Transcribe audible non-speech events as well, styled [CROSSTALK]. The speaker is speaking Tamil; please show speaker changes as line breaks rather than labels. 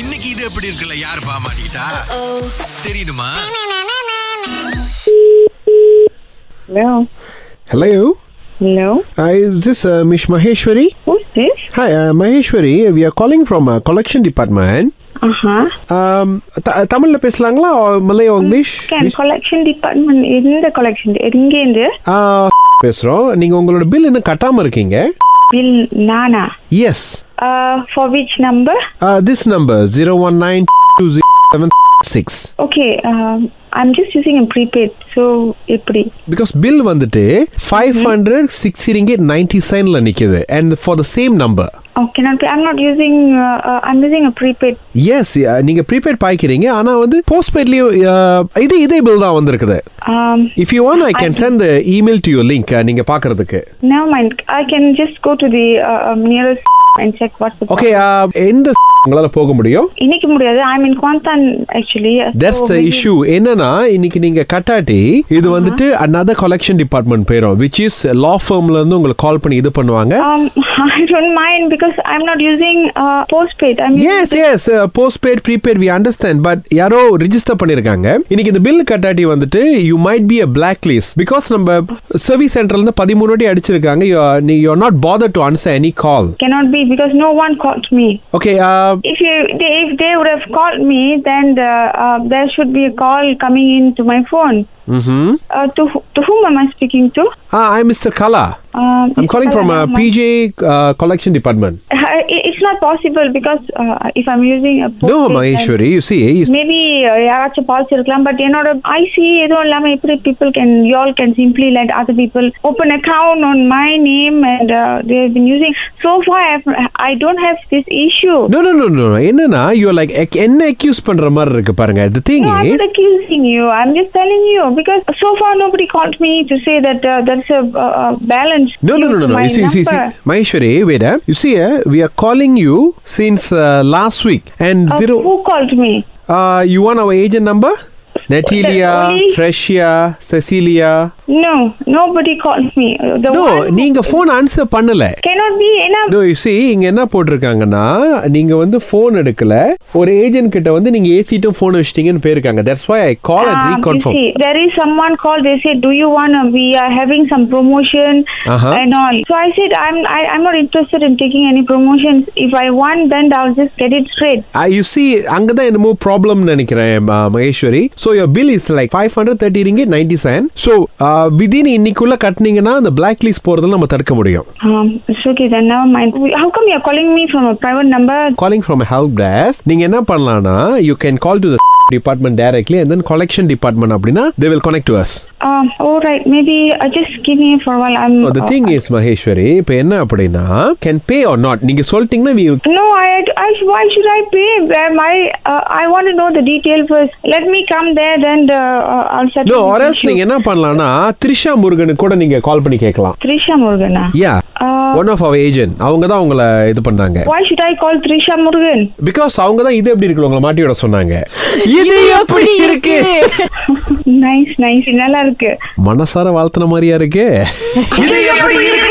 இன்னைக்கு இது எப்படி இருக்குல்ல யார் பாமாட்டா தெரியுமா
Hello.
Hello.
Hello.
Uh, is this uh, Mish Maheshwari?
Who's this?
Hi, uh, Maheshwari. We are calling from uh, collection department.
Uh huh.
Um, த- தமிழ்ல பேசலாங்களா or Malay or English?
Can collection department in the collection எங்க இருந்து
Uh, பேசுறோம் நீங்க உங்களோட பில் இன்னும் கட்டாம இருக்கீங்க
பில் நானா
yes
for which number
this number zero one nine two zero seven six
okay um, I'm just using a prepaid so எப்படி
பிகாஸ் பில் வந்துட்டு ஃபைவ் ஹண்ட்ரட் சிக்ஸ் இரிங்கே நைன்டி சைன்ல நிக்குது and for the same number
okay நான் I'm not using I'm using a prepaid
yes uh, நீங்க ப்ரீபெய்ட் பாய்க்கிறீங்க ஆனா வந்து போஸ்ட் பெய்ட்லயும் இதே இதே பில் தான் வந்திருக்குது
Um,
if you want I can send email to you link uh, நீங்க பாக்குறதுக்கு
no mind I can just go to the nearest and check what's
okay uh, எந்த உங்களால போக முடியும்
இன்னைக்கு முடியாது I mean Kuantan actually
that's the issue என்னன்னா இன்னைக்கு நீங்க கட்டாட்டி இது வந்துட்டு another collection டிபார்ட்மெண்ட் போயிடும் விச் இஸ் லா ஃபார்ம்ல இருந்து உங்களுக்கு கால் பண்ணி இது பண்ணுவாங்க
Um, [LAUGHS] I don't mind because I'm not using uh, postpaid. I'm using
yes yes postpaid prepaid we understand but யாரோ ரிஜிஸ்டர் பண்ணிருக்காங்க இன்னைக்கு இந்த பில் கட்டாட்டி வந்துட்டு you might be a black list because நம்ம சர்வீஸ் சென்டர்ல இருந்து பதிமூணு வாட்டி அடிச்சிருக்காங்க you are not bother to answer any call
cannot be because no one called me.
Okay
If you they, if they would have called me, then the, uh, there should be a call coming in to my phone. Uh, to wh- to whom am I speaking to?
I mister Kala
Um,
I'm calling from
I don't know my-
PJ collection department
[LAUGHS] Uh, it- it's not possible because uh, if I'm using a
no
postpaid, then
Maheshwari you see
Maybe uh, யாராச்சும் பால்ஸ் இருக்கலாம் பட் என்னோட ஐசி எதுவும் இல்லாம எப்படி people can you all can simply let other people open account on my name and they have been using so far I don't have this issue
no no no no என்னன்னா யூ லைக் என்ன அக்யூஸ் பண்ற மாதிரி இருக்கு பாருங்க the thing
No, I'm not accusing you. I'm just telling you because so far nobody called me to say that uh, there's a uh, uh, balance.
No, no,
due
no, no,
to
no.
my
You see, you see, you see,
number.
Maheshwari, wait. eh? You see, eh, we are calling you since uh, last week, and
Uh,
zero.
Who called me?
Uh, you want our agent number? Natalia,
only-
Freshia, Cecilia.
No, nobody called me. Uh, The
No,
one
நீங்க ஃபோன் answer பண்ணல
cannot be enough.
No, you see, இங்க என்ன போட்டிருக்காங்கன்னா நீங்க வந்து ஃபோன் எடுக்கல ஒரு ஏஜென்ட் கிட்ட வந்து நீங்க ஏசிட்டும் ஃபோன் வச்சிட்டீங்கன்னு போயிருக்காங்க that's why I call and
Um, you
reconfirm
see, there is someone called. They said, "Do you wanna? We are having some promotion
Uh-huh.
and all." So I said, "I'm I, I'm not interested in taking any promotions. If I want, then I'll just get it straight."
You see அங்கே தான் என்னமோ ப்ராப்ளம் நினைக்கிறேன் ம- Maheshwari so your bill is like five hundred thirty ringgit ninety seven so within uh, இன்னைக்குள்ள கட்டினீங்கன்னா அந்த பிளாக் லிஸ்ட் போகிறதுல நம்ம தடுக்க முடியும்
Um, it's okay then. Never mind. How come you're calling me from a private number?
Calling from help desk நீங்கள் என்ன பண்ணலாம்னா you can call to the department directly and then collection department அப்படின்னா they will connect to us
Um, all right, maybe uh, just give me for a while. I'm. uh,
the thing is Maheshwari இப்போ என்ன அப்படின்னா கேன் பே ஆர் நாட் நீங்கள் சொல்லிட்டீங்கன்னா we will-
no, I, I. Why should I pay? Am I? Uh, I want to know the detail first. Let me come there, then uh, uh, I'll settle.
No,
this
or else
issue.
நீங்கள் என்ன பண்ணலாம்னா த்ரிஷா முருகனுக்கு கூட நீங்கள் கால் பண்ணி கேட்கலாம்
Trisha Morgana.
Yeah
Uh,
one of our agent அவங்க தான் உங்களை இது பண்ணாங்க
Why should I call Trisha Murugan?
Because அவங்க தான் இது எப்படி இருக்கு உங்களை மாட்டி விட சொன்னாங்க இது எப்படி இருக்கு
[LAUGHS] nice, nice. நல்லா இருக்கு
மனசார வாழ்த்துன மாதிரியா இருக்கு இது எப்படி இருக்கு